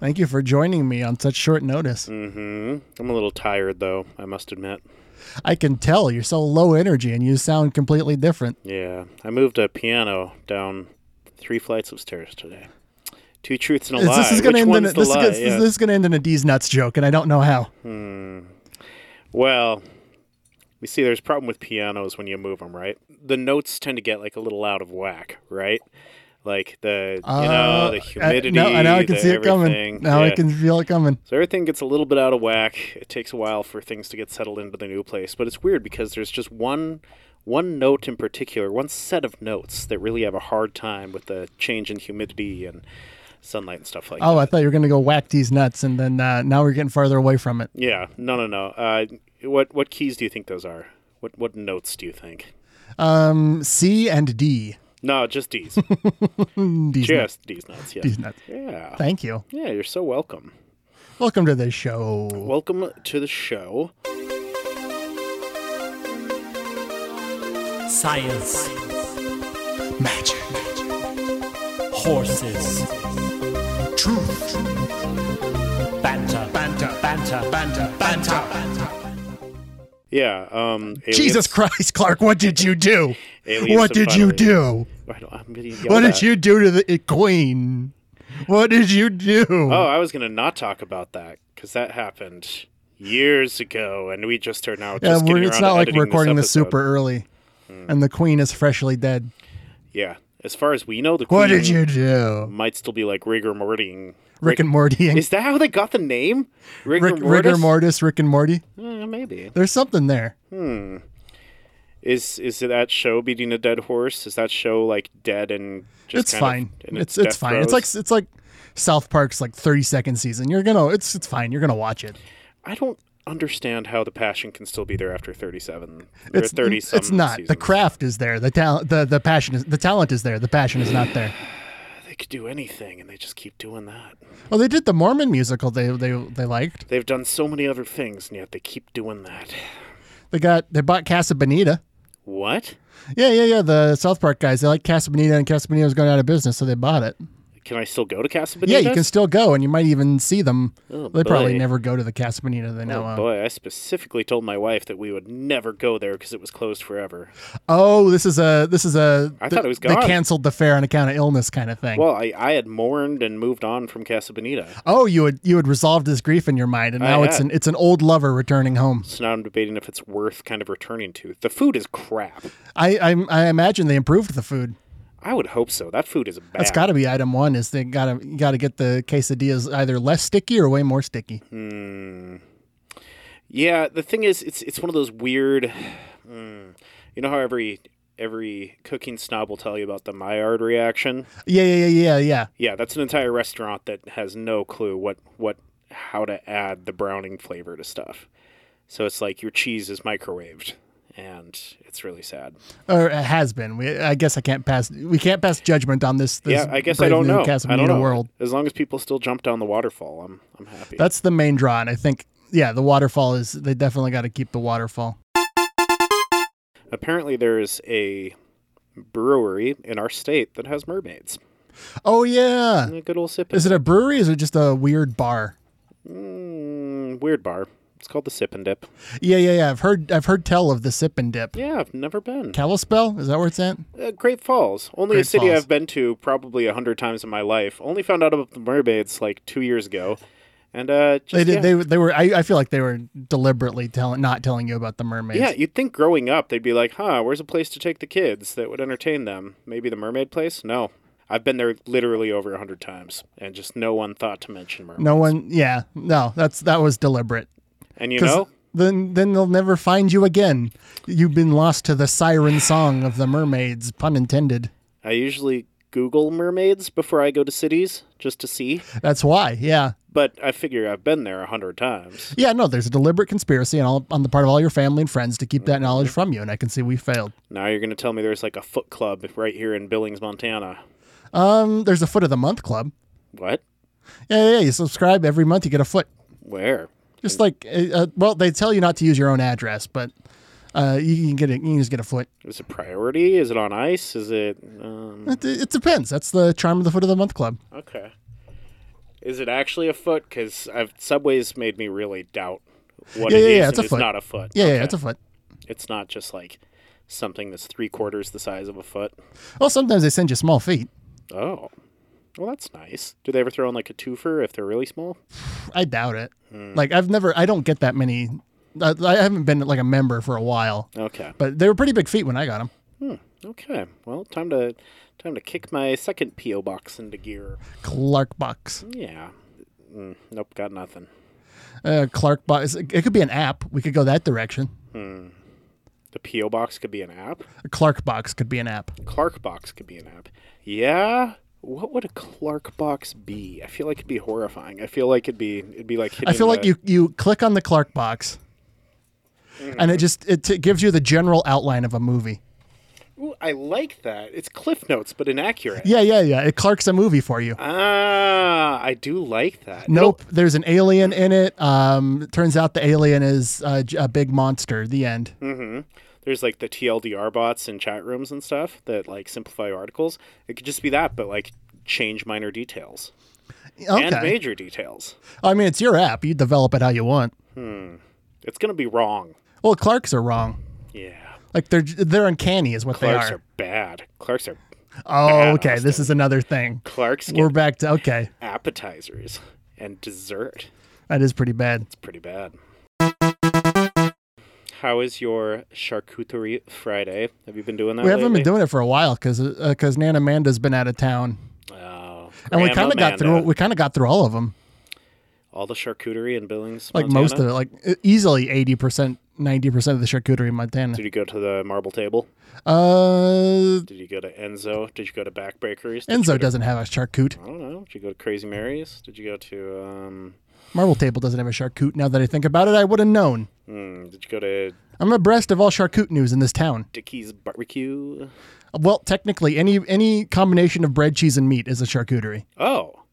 Thank you for joining me on such short notice. Mm-hmm. I'm a little tired though, I must admit. I can tell you're so low energy and you sound completely different. Yeah. I moved a piano down three flights of stairs today. Two truths and a Is lie. This is going to end Which in one's a, the this, is lie? gonna- this yeah. is going to end in a D's nuts joke, and I don't know how. Well, we see there's a problem with pianos when you move them, right? The notes tend to get like a little out of whack, right? Like the you know Uh, the I- humidity. no, now I can the see it everything. coming. Now I Yeah. can feel it coming. So everything gets a little bit out of whack. It takes a while for things to get settled into the new place, but it's weird because there's just one one note in particular, one set of notes that really have a hard time with the change in humidity and sunlight and stuff like that. Oh, I thought you were going to go whack D's nuts, and then uh, now we're getting farther away from it. Yeah, no, no, no. Uh, what what keys do you think those are? What what notes do you think? Um, C and D. No, just D's. D's nuts. just D's nuts. Yeah. D's nuts. Yeah. Thank you. Yeah, you're so welcome. Welcome to the show. Welcome to the show. Science, Magic. horses, truth, banter, banter, banter, banter, banter. Yeah. Um. Jesus Christ, Clark, what did you do? Aliens what did you finally- do? I don't, I'm getting What yelled did at. you do to the uh, queen? What did you do? Oh, I was gonna not talk about that because that happened years ago, and we just are now yeah, just we're, getting it's around not to like editing we're recording this, this episode. Hmm. super early, and the queen is freshly dead. Yeah, as far as we know, the What queen did you do? might still be like rigor morting. Rick and Morty. And Is that how they got the name? Rigor Rick, rigor mortis? mortis, Rick and Morty. Eh, maybe. There's something there. Is is that show beating a dead horse? Is that show like dead and just It's kind fine. Of, and It's it's death fine. It's like throes? it's like South Park's like 30 second season. You're gonna it's it's fine. You're gonna watch it. I don't understand how the passion can still be there after thirty seven or It's thirty. some It's not. The seasons. craft is there. The talent. The the passion is the talent is there. The passion is not there. They could do anything, and they just keep doing that. Well, they did the Mormon musical. They they they liked. They've done so many other things, and yet they keep doing that. They got they bought Casa Bonita. What? Yeah, yeah, yeah. The South Park guys, they like Casa Bonita, and Casa Bonita was going out of business, so they bought it. Can I still go to Casa Yeah, Bonita? you can still go, and you might even see them. Oh, they probably boy. never go to the Casa Bonita they now Oh own. boy, I specifically told my wife that we would never go there because it was closed forever. Oh, this is a this is a. I th- thought it was They gone. canceled the fair on account of illness, kind of thing. Well, I, I had mourned and moved on from Casa Bonita, oh, you had you had resolved this grief in your mind, and I now it's had. an it's an old lover returning home. so now I'm debating if it's worth kind of returning to. The food is crap. I I, I imagine they improved the food. I would hope so. That food is bad. That's got to be item one. Is they got to you got to get the quesadillas either less sticky or way more sticky. Yeah, the thing is, it's it's one of those weird. Mm, you know how every every cooking snob will tell you about the Maillard reaction. Yeah, yeah, yeah, yeah, yeah. Yeah, that's an entire restaurant that has no clue what what how to add the browning flavor to stuff. So it's like your cheese is microwaved, and it's really sad. or it has been. We, I guess I can't pass. We can't pass judgment on this. this yeah, I guess I brave don't new know. Casa I don't Bonita know. World. As long as people still jump down the waterfall, I'm I'm happy. That's the main draw, and I think yeah, the waterfall is. They definitely got to keep the waterfall. Apparently, there's a brewery in our state that has mermaids. Oh yeah, A good old sip. is it a brewery? or Is it just a weird bar? Mm, weird bar. It's called the Sip and Dip. Yeah, yeah, yeah. I've heard. I've heard tell of the sip and dip. Yeah, I've never been. Kalispell is that where it's at? Uh, Great Falls, only a Great city Falls. I've been to probably a hundred times in my life. Only found out about the mermaids like two years ago, and uh, just, They did. yeah. They they were. I, I feel like they were deliberately telling, not telling you about the mermaids. yeah, you'd think growing up they'd be like, "Huh, where's a place to take the kids that would entertain them? Maybe the mermaid place?" No, I've been there literally over a hundred times, and just no one thought to mention mermaids. No one. Yeah. No. That's that was deliberate. and you 'Cause know, Then, then they'll never find you again. You've been lost to the siren song of the mermaids, pun intended. I usually Google mermaids before I go to cities just to see, That's why, yeah, but I figure I've been there a hundred times. yeah. No, there's a deliberate conspiracy on, all, on the part of all your family and friends to keep that knowledge from you, and I can see we failed. Now you're gonna tell me there's like a foot club right here in Billings, Montana. Um, there's a foot of the month club. What? Yeah, yeah. You subscribe every month, you get a foot. Where? Just like, uh, uh, well, they tell you not to use your own address, but uh, you can get it. You can just get a foot. Is it priority? Is it on ice? Is it um, It, it depends. That's the charm of the foot of the month club. okay? Is it actually a foot? Because Subway's made me really doubt what Yeah, it yeah, is yeah, and it's a foot. not a foot. Yeah, Okay. yeah, it's a foot. It's not just like something that's three quarters the size of a foot. Well, sometimes they send you small feet. Oh. Well, that's nice. Do they ever throw in like a twofer if they're really small? I doubt it. Like I've never, I don't get that many. I, I haven't been like a member for a while, Okay. but they were pretty big feet when I got them. Okay. Well, time to time to kick my second PO box into gear. Clark Bucks. Yeah. Mm, nope, got nothing. Uh, Clark Bucks. It could be an app. We could go that direction. The PO box could be an app. Clark Box could be an app. Clark box could be an app. Yeah. What would a Clark box be? I feel like it'd be horrifying. I feel like it'd be it'd be like hitting I feel like the- you you click on the Clark Box, and it just it t- gives you the general outline of a movie. Ooh, I like that. It's cliff notes, but inaccurate. Yeah, yeah, yeah. It clarks a movie for you. Ah, I do like that. Nope. There's an alien in it. Um, it turns out the alien is uh, j- a big monster. The end. there's like the TLDR bots in chat rooms and stuff that like simplify articles. It could just be that, but like change minor details and Okay. major details. I mean, it's your app. You develop it how you want. It's gonna be wrong. Well, Clarks are wrong. Yeah, Like they're j- they're uncanny, is what Clarks they are. are. bad. Clarks are Oh, okay. This is another thing. Clarks get We're back to okay. appetizers and dessert. That is pretty bad. It's pretty bad. How is your charcuterie Friday? Have you been doing that? We haven't lately? been doing it for a while because because Nana Amanda's been out of town, Oh, and we Grandma kind of got through Amanda. we kind of got through all of them. all the charcuterie in Billings. Like most of it, like e- easily eighty percent, ninety percent of the charcuterie in Montana. Did you go to the marble table? Uh, Did you go to Enzo? Did you go to Backbreakers? Did you Enzo go to- doesn't have a charcut. I don't know. Did you go to Crazy Mary's? Did you go to um? Marble Table doesn't have a charcut. Now that I think about it, I would have known. hmm, did you go to I'm abreast of all charcut news in this town. Dickie's Barbecue? Well, technically, any any combination of bread, cheese, and meat is a charcuterie. Oh,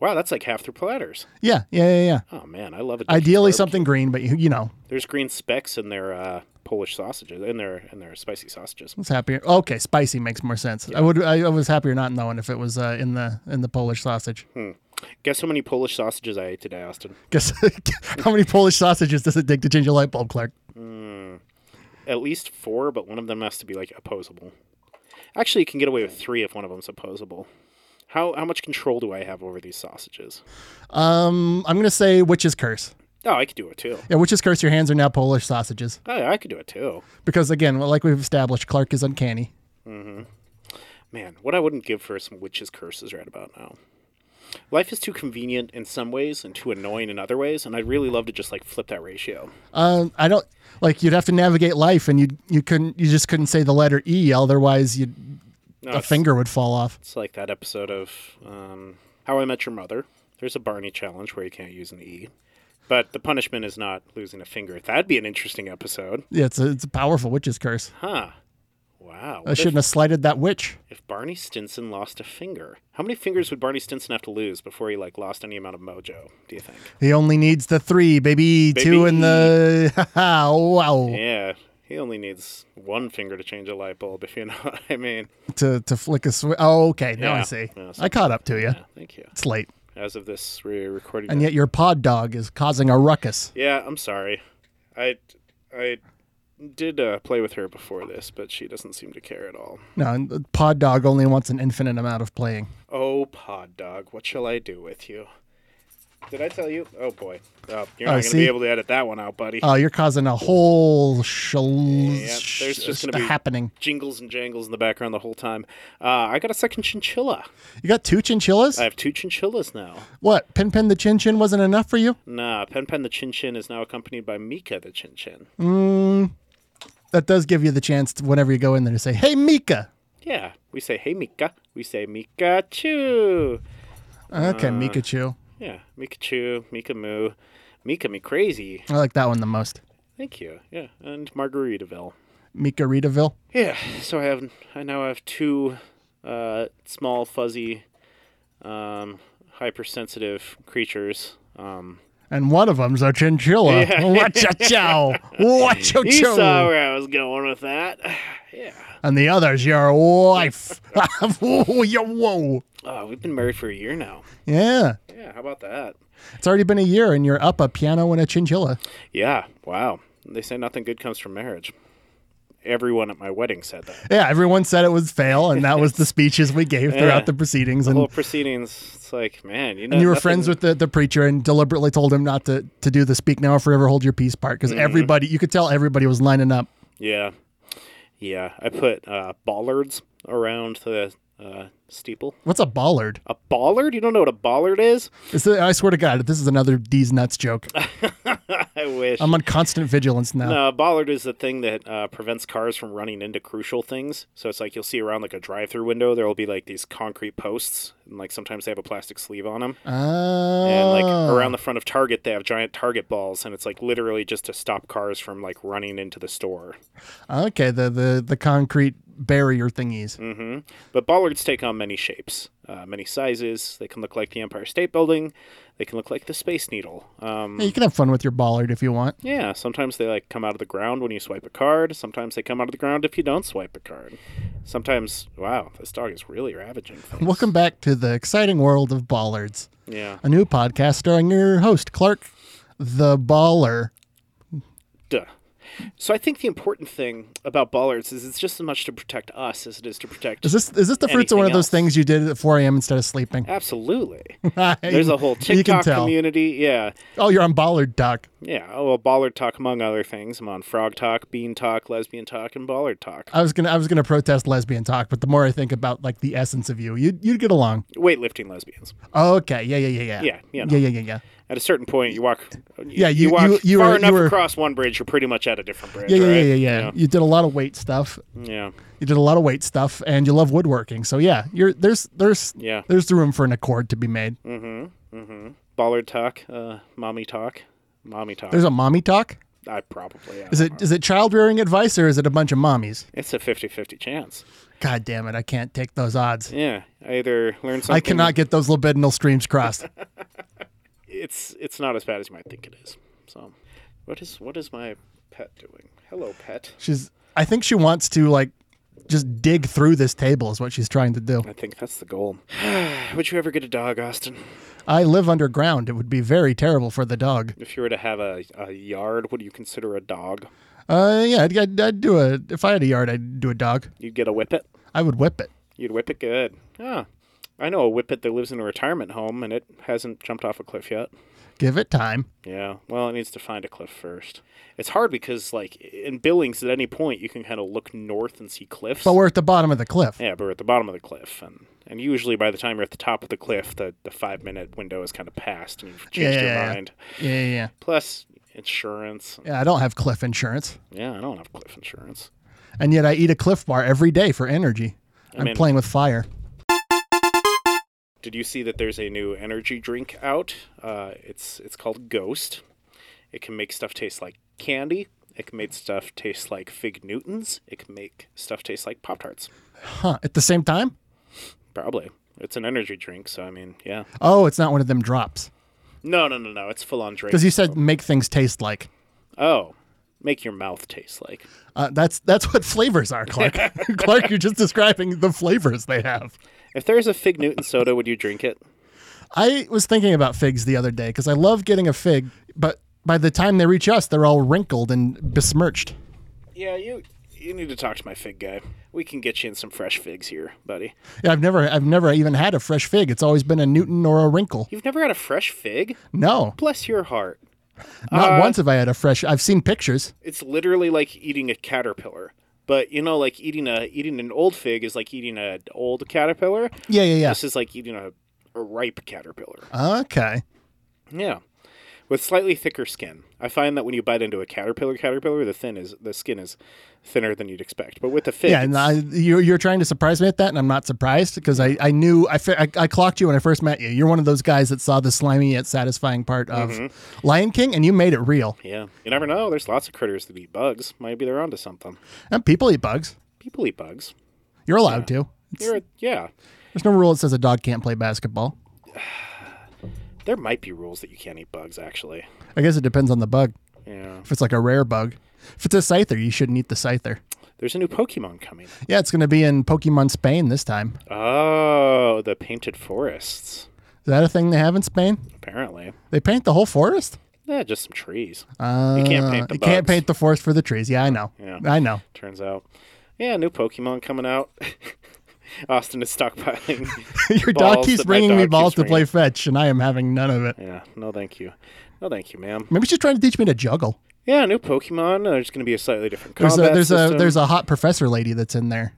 wow, that's like half their platters. Yeah, yeah, yeah, yeah. Oh man, I love it. Ideally, something green, but you, you know, There's green specks in their uh, Polish sausages, in their in their spicy sausages. it's happier. Okay, spicy makes more sense. I would, I, I was happier not knowing if it was uh, in the in the Polish sausage. Guess how many Polish sausages I ate today, Austin? Guess how many Polish sausages does it take to change a light bulb, Clark? At least four, but one of them has to be like opposable. Actually, you can get away with three if one of them's opposable. How how much control do I have over these sausages? Um, I'm gonna say witch's curse. Oh, I could do it too. Oh, Yeah, witch's curse. Your hands are now Polish sausages I, I could do it too. because again, well, like we've established, Clark is uncanny. Man, what I wouldn't give for some witches' curses right about now. Life is too convenient in some ways and too annoying in other ways, and I'd really love to just like flip that ratio. Um, I don't like you'd have to navigate life, and you you couldn't you just couldn't say the letter E, otherwise you No, a Oh, it's, finger would fall off. it's like that episode of um, How I Met Your Mother. There's a Barney challenge where you can't use an E, but the punishment is not losing a finger. That'd be an interesting episode, Yeah, it's a, it's a powerful witch's curse. huh? Wow. I What if, shouldn't have slighted that witch. if Barney Stinson lost a finger, how many fingers would Barney Stinson have to lose before he like lost any amount of mojo? Do you think? He only needs the three, baby. Two in the wow Yeah, he only needs one finger to change a light bulb, if you know what I mean. to to flick a switch. Oh, okay, now I Yeah. see. Yeah, so- I caught up to you. Yeah, thank you. It's late, As of this re- recording, and yet your pod dog is causing a ruckus. yeah, I'm sorry. I I did uh, play with her before this, but she doesn't seem to care at all. No, and the pod dog only wants an infinite amount of playing. Oh, pod dog, what shall I do with you? Did I tell you? Oh boy, oh, you're Oh, not going to see? be able to edit that one out, buddy. Oh, you're causing a whole shal- Yeah, there's just gonna be- happening. Jingles and jangles in the background the whole time. Uh, I got a second chinchilla. You got two chinchillas? I have two chinchillas now. What? Pin Pin the Chin Chin wasn't enough for you? Nah, Pen Pen the Chin Chin is now accompanied by Mika the Chin Chin. That does give you the chance to, whenever you go in there to say, "Hey, Mika." Yeah, we say hey Mika, we say Mikachu. Okay, Uh. Mikachu. Yeah, Mikachu, Mika Moo, Mika Me Crazy. I like that one the most. Thank you. Yeah, and Margaritaville. Mika Ritaville. Yeah, so I have I now have two uh, small fuzzy um, hypersensitive creatures. Um, And one of them's a chinchilla. Yeah. Wacha chow. Wacha You saw chow. where I was going with that. Yeah. And the other's your wife. Whoa, yo, whoa. Oh, we've been married for a year now. Yeah. Yeah, how about that? It's already been a year and you're up a piano and a chinchilla. Yeah, wow. They say nothing good comes from marriage. Everyone at my wedding said that. Yeah, everyone said it was fail, and that was the speeches we gave Yeah. throughout the proceedings. And, Well, proceedings, it's like, man, you know. and you were nothing- friends with the, the preacher and deliberately told him not to, to do the speak now or forever hold your peace part Mm-hmm. because everybody, you could tell everybody was lining up. Yeah. Yeah. I put uh, bollards around the uh, steeple. What's a bollard? A bollard? You don't know what a bollard is? Is it- I swear to God, this is another D's nuts joke. I wish. I'm on constant vigilance now. No, a bollard is the thing that uh, prevents cars from running into crucial things. So it's like you'll see around like a drive-through window, there will be like these concrete posts, and like sometimes they have a plastic sleeve on them. Oh. And like around the front of Target, they have giant Target balls, and it's like literally just to stop cars from like running into the store. Oh, Okay, the, the, the concrete barrier thingies. hmm But bollards take on many shapes, uh, many sizes. They can look like the Empire State Building. They can look like the Space Needle. Um, Yeah, you can have fun with your bollard if you want. Yeah, sometimes they like come out of the ground when you swipe a card. Sometimes they come out of the ground if you don't swipe a card. Sometimes, wow, this dog is really ravaging things. Welcome back to the exciting world of bollards. Yeah, a new podcast starring your host, Clark the Baller. duh. So I think the important thing about bollards is it's just as much to protect us as it is to protect. Is this is this the fruits of one of Anything those else? things you did at 4 a.m. instead of sleeping? Absolutely. There's a whole You can TikTok tell. community. Yeah, Oh, you're on Bollard Doc. yeah. Oh, well, bollard talk among other things. I'm on frog talk, bean talk, lesbian talk, and bollard talk. I was gonna I was gonna protest lesbian talk, but the more I think about like the essence of you, you you'd get along. Weightlifting lesbians. Okay, yeah, yeah, yeah, yeah, Yeah, you know. yeah, yeah, yeah, yeah. At a certain point, you walk. Yeah, you- walk you- you far were- you enough were- across one bridge, you're pretty much at a different bridge. Yeah, yeah, right? yeah, yeah, yeah. You did a lot of weight stuff. Yeah. You did a lot of weight stuff, and you love woodworking. So yeah, you're there's there's Yeah. Mm. there's room for an accord to be made. Bollard talk, uh, mommy talk, mommy talk. There's a mommy talk. I probably am. Is it is it child rearing advice or is it a bunch of mommies? It's a 50-50 chance. God damn it, I can't take those odds. Yeah, I either learn something. I cannot get those libidinal streams crossed. It's it's not as bad as you might think it is. So, what is what is my pet doing? Hello, pet. she's I think she wants to like just dig through this table is what she's trying to do. I think that's the goal. Would you ever get a dog, Austin? I live underground. It would be very terrible for the dog. If you were to have a, a yard, what do you consider a dog? Uh yeah, I'd, I'd, I'd do a if I had a yard, I'd do a dog. You'd get a whippet. I would whip it. You'd whip it good. Ah, I know a whippet that lives in a retirement home and it hasn't jumped off a cliff yet. Give it time. Yeah, well, it needs to find a cliff first. It's hard because, like, in Billings, at any point, you can kind of look north and see cliffs. But we're at the bottom of the cliff. yeah, but we're at the bottom of the cliff, and and usually by the time you're at the top of the cliff, the the five minute window is kind of passed, and you've changed Yeah, your yeah, yeah. mind. Yeah, yeah, yeah. Plus insurance. Yeah, I don't have cliff insurance. Yeah, I don't have cliff insurance. And yet I eat a cliff bar every day for energy. I am mean- playing with fire. Did you see that there's a new energy drink out? Uh, it's it's called Ghost. It can make stuff taste like candy. It can make stuff taste like fig Newtons. It can make stuff taste like Pop Tarts. Huh. At the same time? Probably. It's an energy drink, so I mean, yeah. Oh, it's not one of them drops. No, no, no, no. It's full on drink. Because you said make things taste like. oh, make your mouth taste like. Uh, that's that's what flavors are, Clark. Clark, you're just describing the flavors they have. If there's a fig Newton soda, would you drink it? I was thinking about figs the other day because I love getting a fig, but by the time they reach us, they're all wrinkled and besmirched. Yeah, you. You need to talk to my fig guy. We can get you in some fresh figs here, buddy. Yeah, I've never I've never even had a fresh fig. It's always been a Newton or a wrinkle. You've never had a fresh fig? No, Bless your heart. not once have I had a fresh. I've seen pictures. It's literally like eating a caterpillar. But you know, like eating a eating an old fig is like eating an old caterpillar. Yeah, yeah, This is like eating a, a ripe caterpillar. yeah. Okay. Yeah. With slightly thicker skin. I find that when you bite into a caterpillar caterpillar, the thin is the skin is thinner than you'd expect. But with a fig, Yeah, and I, it's- you're, you're trying to surprise me at that, and I'm not surprised because I, I knew I, fe- I I clocked you when I first met you. You're one of those guys that saw the slimy yet satisfying part of Mm-hmm. Lion King, and you made it real. yeah. You never know. There's lots of critters that eat bugs. Maybe they're onto something. And people eat bugs. People eat bugs. You're allowed to. You're a- yeah. There's no rule that says a dog can't play basketball. There might be rules that you can't eat bugs, actually. I guess it depends on the bug. Yeah. If it's like a rare bug, if it's a scyther, you shouldn't eat the scyther. There's a new Pokemon coming. Yeah, it's going to be in Pokemon Spain this time. Oh, the Painted Forests, Is that a thing they have in Spain? apparently. They paint the whole forest. Yeah, just some trees. Uh, You can't paint the you can't bugs. paint the forest for the trees. Yeah, I know. Yeah. I know. turns out. Yeah, new Pokemon coming out. Austin is stockpiling. Your dog balls keeps that my bringing dog me keeps balls to play bringing. fetch, and I am having none of it. Yeah, no, thank you. No, thank you, ma'am. Maybe she's trying to teach me to juggle. Yeah, new Pokemon. uh, There's going to be a slightly different There's a combat there's system. a there's a hot professor lady that's in there.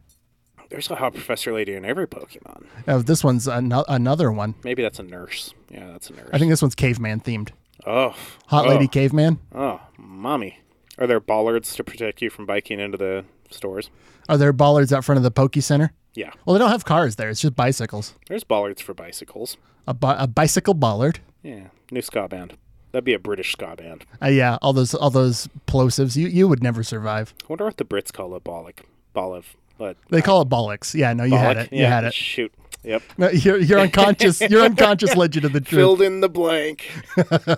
There's a hot professor lady in every Pokemon. Oh, this one's ano- another one. Maybe that's a nurse. Yeah, that's a nurse. I think this one's caveman themed. Oh, Hot oh, lady caveman. Oh, mommy. Are there bollards to protect you from biking into the stores? Are there bollards out front of the Poke Center? Yeah, Well, they don't have cars there. It's just bicycles. there's bollards for bicycles. A, bi- a bicycle bollard. Yeah, new ska band. That'd be a British ska band. Uh, yeah, all those all those plosives. You you would never survive. I wonder what the Brits call a bollock. Bolliv. But They call it bollocks. Yeah, no, you had bollock? it. You had it. Shoot. Yep. No, your your unconscious your unconscious led you to the truth. Filled in the blank.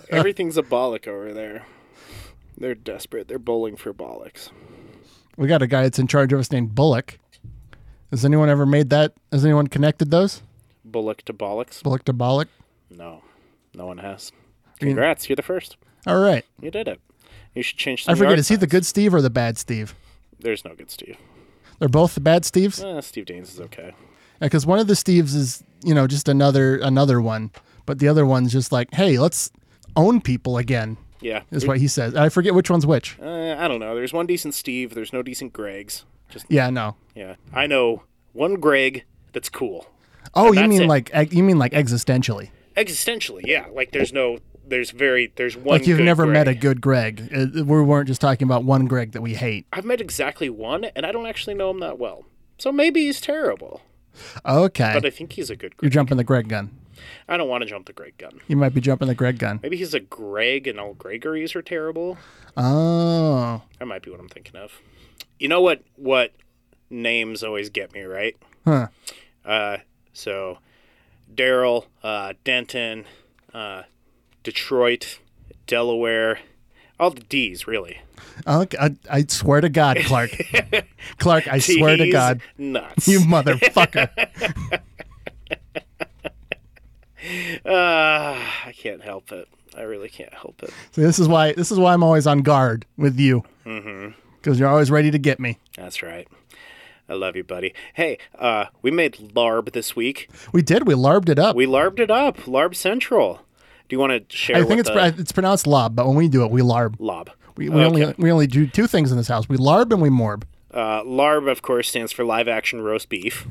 Everything's a bollock over there. They're desperate. They're bowling for bollocks. We got a guy that's in charge of us named Bullock. Has anyone ever made that? Has anyone connected those? Bullock to bollocks? Bullock to bollock. No. No one has. Congrats. You're the first. All right. You did it. You should change the I forget. yard Is he the signs. good Steve or the bad Steve? There's no good Steve. They're both the bad Steves. Eh, Steve Daines is okay. Because one of the Steves is you know just another another one, but the other one's just like, hey, let's own people again. Yeah. Is what he says. I forget which one's which. Uh, I don't know. There's one decent Steve. There's no decent Greg's. Just Yeah, no. yeah. I know one Greg that's cool. Oh, you that's mean it. like ex- you mean like existentially? Existentially, yeah. Like there's no. There's very. There's one. Like you've good never Greg. met a good Greg. Uh, We weren't just talking about one Greg that we hate. I've met exactly one, and I don't actually know him that well. So maybe he's terrible, Okay, but I think he's a good you're Greg. jumping the Greg gun. I don't want to jump the Greg gun. You might be jumping the Greg gun. Maybe he's a Greg, and all Gregories are terrible. Oh, That might be what I'm thinking of. You know what? What names always get me right? huh. Uh, so Daryl, uh, Denton, uh, Detroit, Delaware, all the D's really. Okay, I, I swear to God, Clark. Clark, I swear to D's God, nuts. you motherfucker. uh, I can't help it. I really can't help it. See, this is why this is why I'm always on guard with you. Mm-hmm. Because you're always ready to get me. That's right. I love you, buddy. Hey, uh, we made larb this week. We did. We larbed it up. We larbed it up. Larb Central. Do you want to share? I what think it's the pr it's pronounced lob, but when we do it, we larb. lob. We, we only we only do two things in this house. We larb and we morb. Uh, LARB, of course, stands for live action roast beef.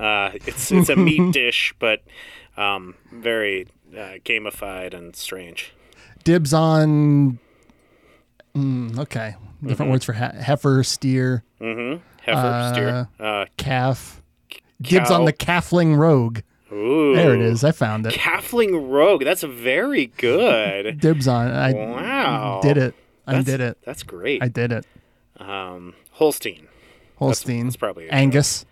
uh, it's it's a meat dish, but um, very uh, gamified and strange. Dibs on. Mm, okay, different Mm-hmm. words for he- heifer, steer, Heifer, steer. Uh, calf. Dibs Cow. on the calfling rogue. ooh, There it is. I found it. Calfling rogue. That's very good. Dibs on. I wow, did it. I That's- did it. That's great. I did it. Um, Holstein. Holstein. that's probably a Angus.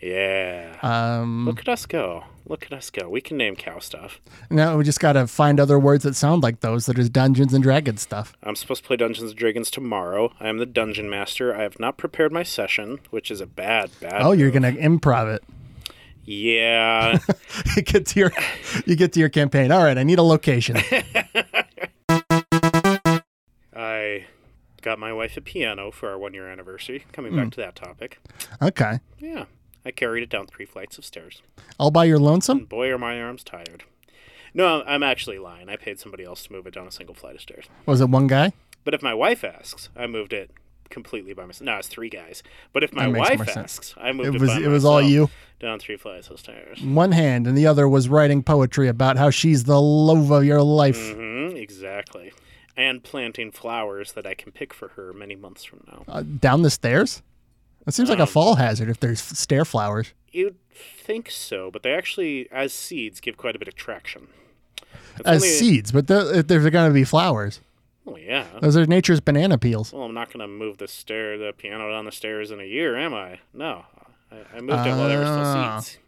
Yeah. Um, Look at us go. Look at us go. We can name cow stuff. No, we just gotta find other words that sound like those that is Dungeons and Dragons stuff. I'm supposed to play Dungeons and Dragons tomorrow. I am the dungeon master. I have not prepared my session, which is a bad, bad. Oh, you're move. gonna improv it. Yeah. You get to your, you get to your campaign. All right, I need a location. I got my wife a piano for our one year anniversary. Coming Hmm. back to that topic. Okay, Yeah. I carried it down three flights of stairs. all by your lonesome. Boy, are my arms tired. No, I'm actually lying. I paid somebody else to move it down a single flight of stairs. Was it one guy? But if my wife asks, I moved it completely by myself. No, it's three guys. But if my That makes wife more asks, sense. I moved It it, was by it was all myself you. down three flights of stairs. One hand, and the other was writing poetry about how she's the love of your life. hmm exactly. And planting flowers that I can pick for her many months from now. Uh, down the stairs. That seems Um, like a fall hazard if there's stair flowers. You'd think so, but they actually, as seeds, give quite a bit of traction. It's As only- Uh, seeds, but th- if there's gonna be flowers. Well, yeah. Those are nature's banana peels. Well, I'm not going to move the stair, the piano down the stairs in a year, am I? No. I, I moved it while there were still Ah. seeds.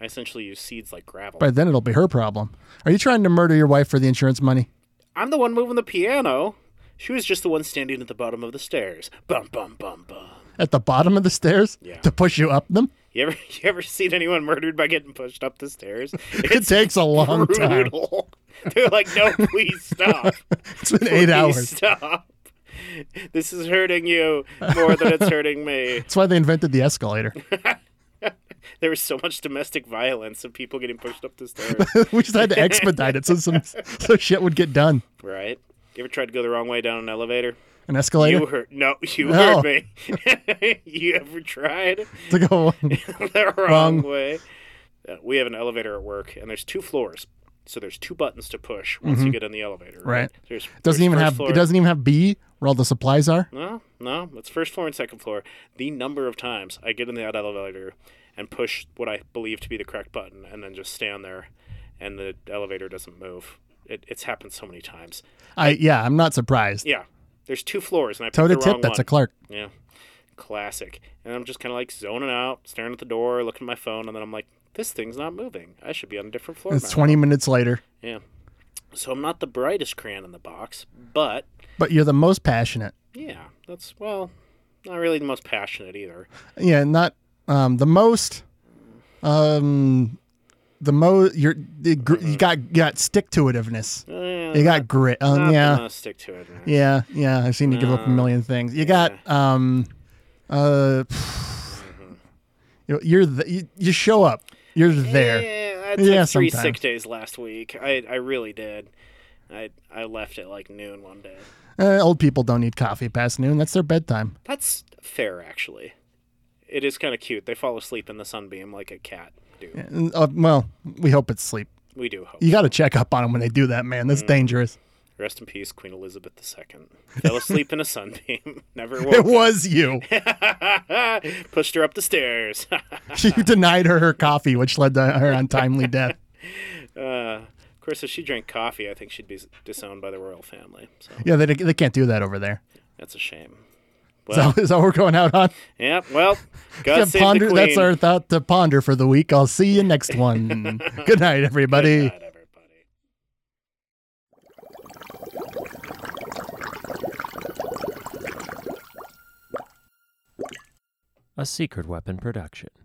I essentially use seeds like gravel. By then, it'll be her problem. Are you trying to murder your wife for the insurance money? I'm the one moving the piano. She was just the one standing at the bottom of the stairs. Bum bum bum bum. At the bottom of the stairs Yeah. to push you up them? You ever you ever seen anyone murdered by getting pushed up the stairs? It takes a long time. brutal. They're like, no, please stop. It's been eight Please hours. Stop. This is hurting you more than it's hurting me. That's why they invented the escalator. There was so much domestic violence of people getting pushed up the stairs. we just had to expedite it so some so shit would get done. right? You ever tried to go the wrong way down an elevator? An escalator You heard no, you No. heard me. you ever tried to go. the Wrong. wrong, way? Uh, we have an elevator at work, and there's two floors, so there's two buttons to push once you get in the elevator. Mm-hmm. Right. There's there's Doesn't even first have floor- it. Doesn't even have B where all the supplies are. No, no, it's first floor and second floor. The number of times I get in that elevator and push what I believe to be the correct button, and then just stand there, and the elevator doesn't move. It, it's happened so many times. I yeah, I'm not surprised. Yeah, there's two floors, and I picked Toe the to wrong tip, that's one. a clerk. Yeah. Classic. And I'm just kind of like zoning out, staring at the door, looking at my phone, and then I'm like, this thing's not moving. I should be on a different floor. It's now." 20 minutes later, Yeah. So I'm not the brightest crayon in the box, but but you're the most passionate. yeah, that's, well, not really the most passionate either. Yeah, not um, the most. Um, the mo you're the gr- Mm-hmm. you got you got stick to itiveness. Eh, You got grit. not Mm. Um, the yeah, most stick to it. man. yeah, yeah. I've seen you give up a million things. You got um, uh, Mm-hmm. you- you're the, you, you show up. You're there. Yeah, I took Yeah, three sometimes. sick days last week. I, I really did. I, I left at like noon one day. Uh, old people don't need coffee past noon. That's their bedtime. That's fair, actually. It is kind of cute. They fall asleep in the sunbeam like a cat do. And, uh, well, we hope it's sleep. We do hope. You got to check up on them when they do that, man. Mm. That's dangerous. Rest in peace, Queen Elizabeth II. Fell asleep in a sunbeam. Never It woke. was you. Pushed her up the stairs. you denied her her coffee, which led to her untimely death. uh, of course, if she drank coffee, I think she'd be disowned by the royal family. So Yeah, they, they can't do that over there. that's a shame. Is that- is that what we're going out on? Yeah. Well, God Yeah, save ponder, the queen. that's our thought to ponder for the week. I'll see you next one. Good night, everybody. Not everybody. A Secret Weapon production.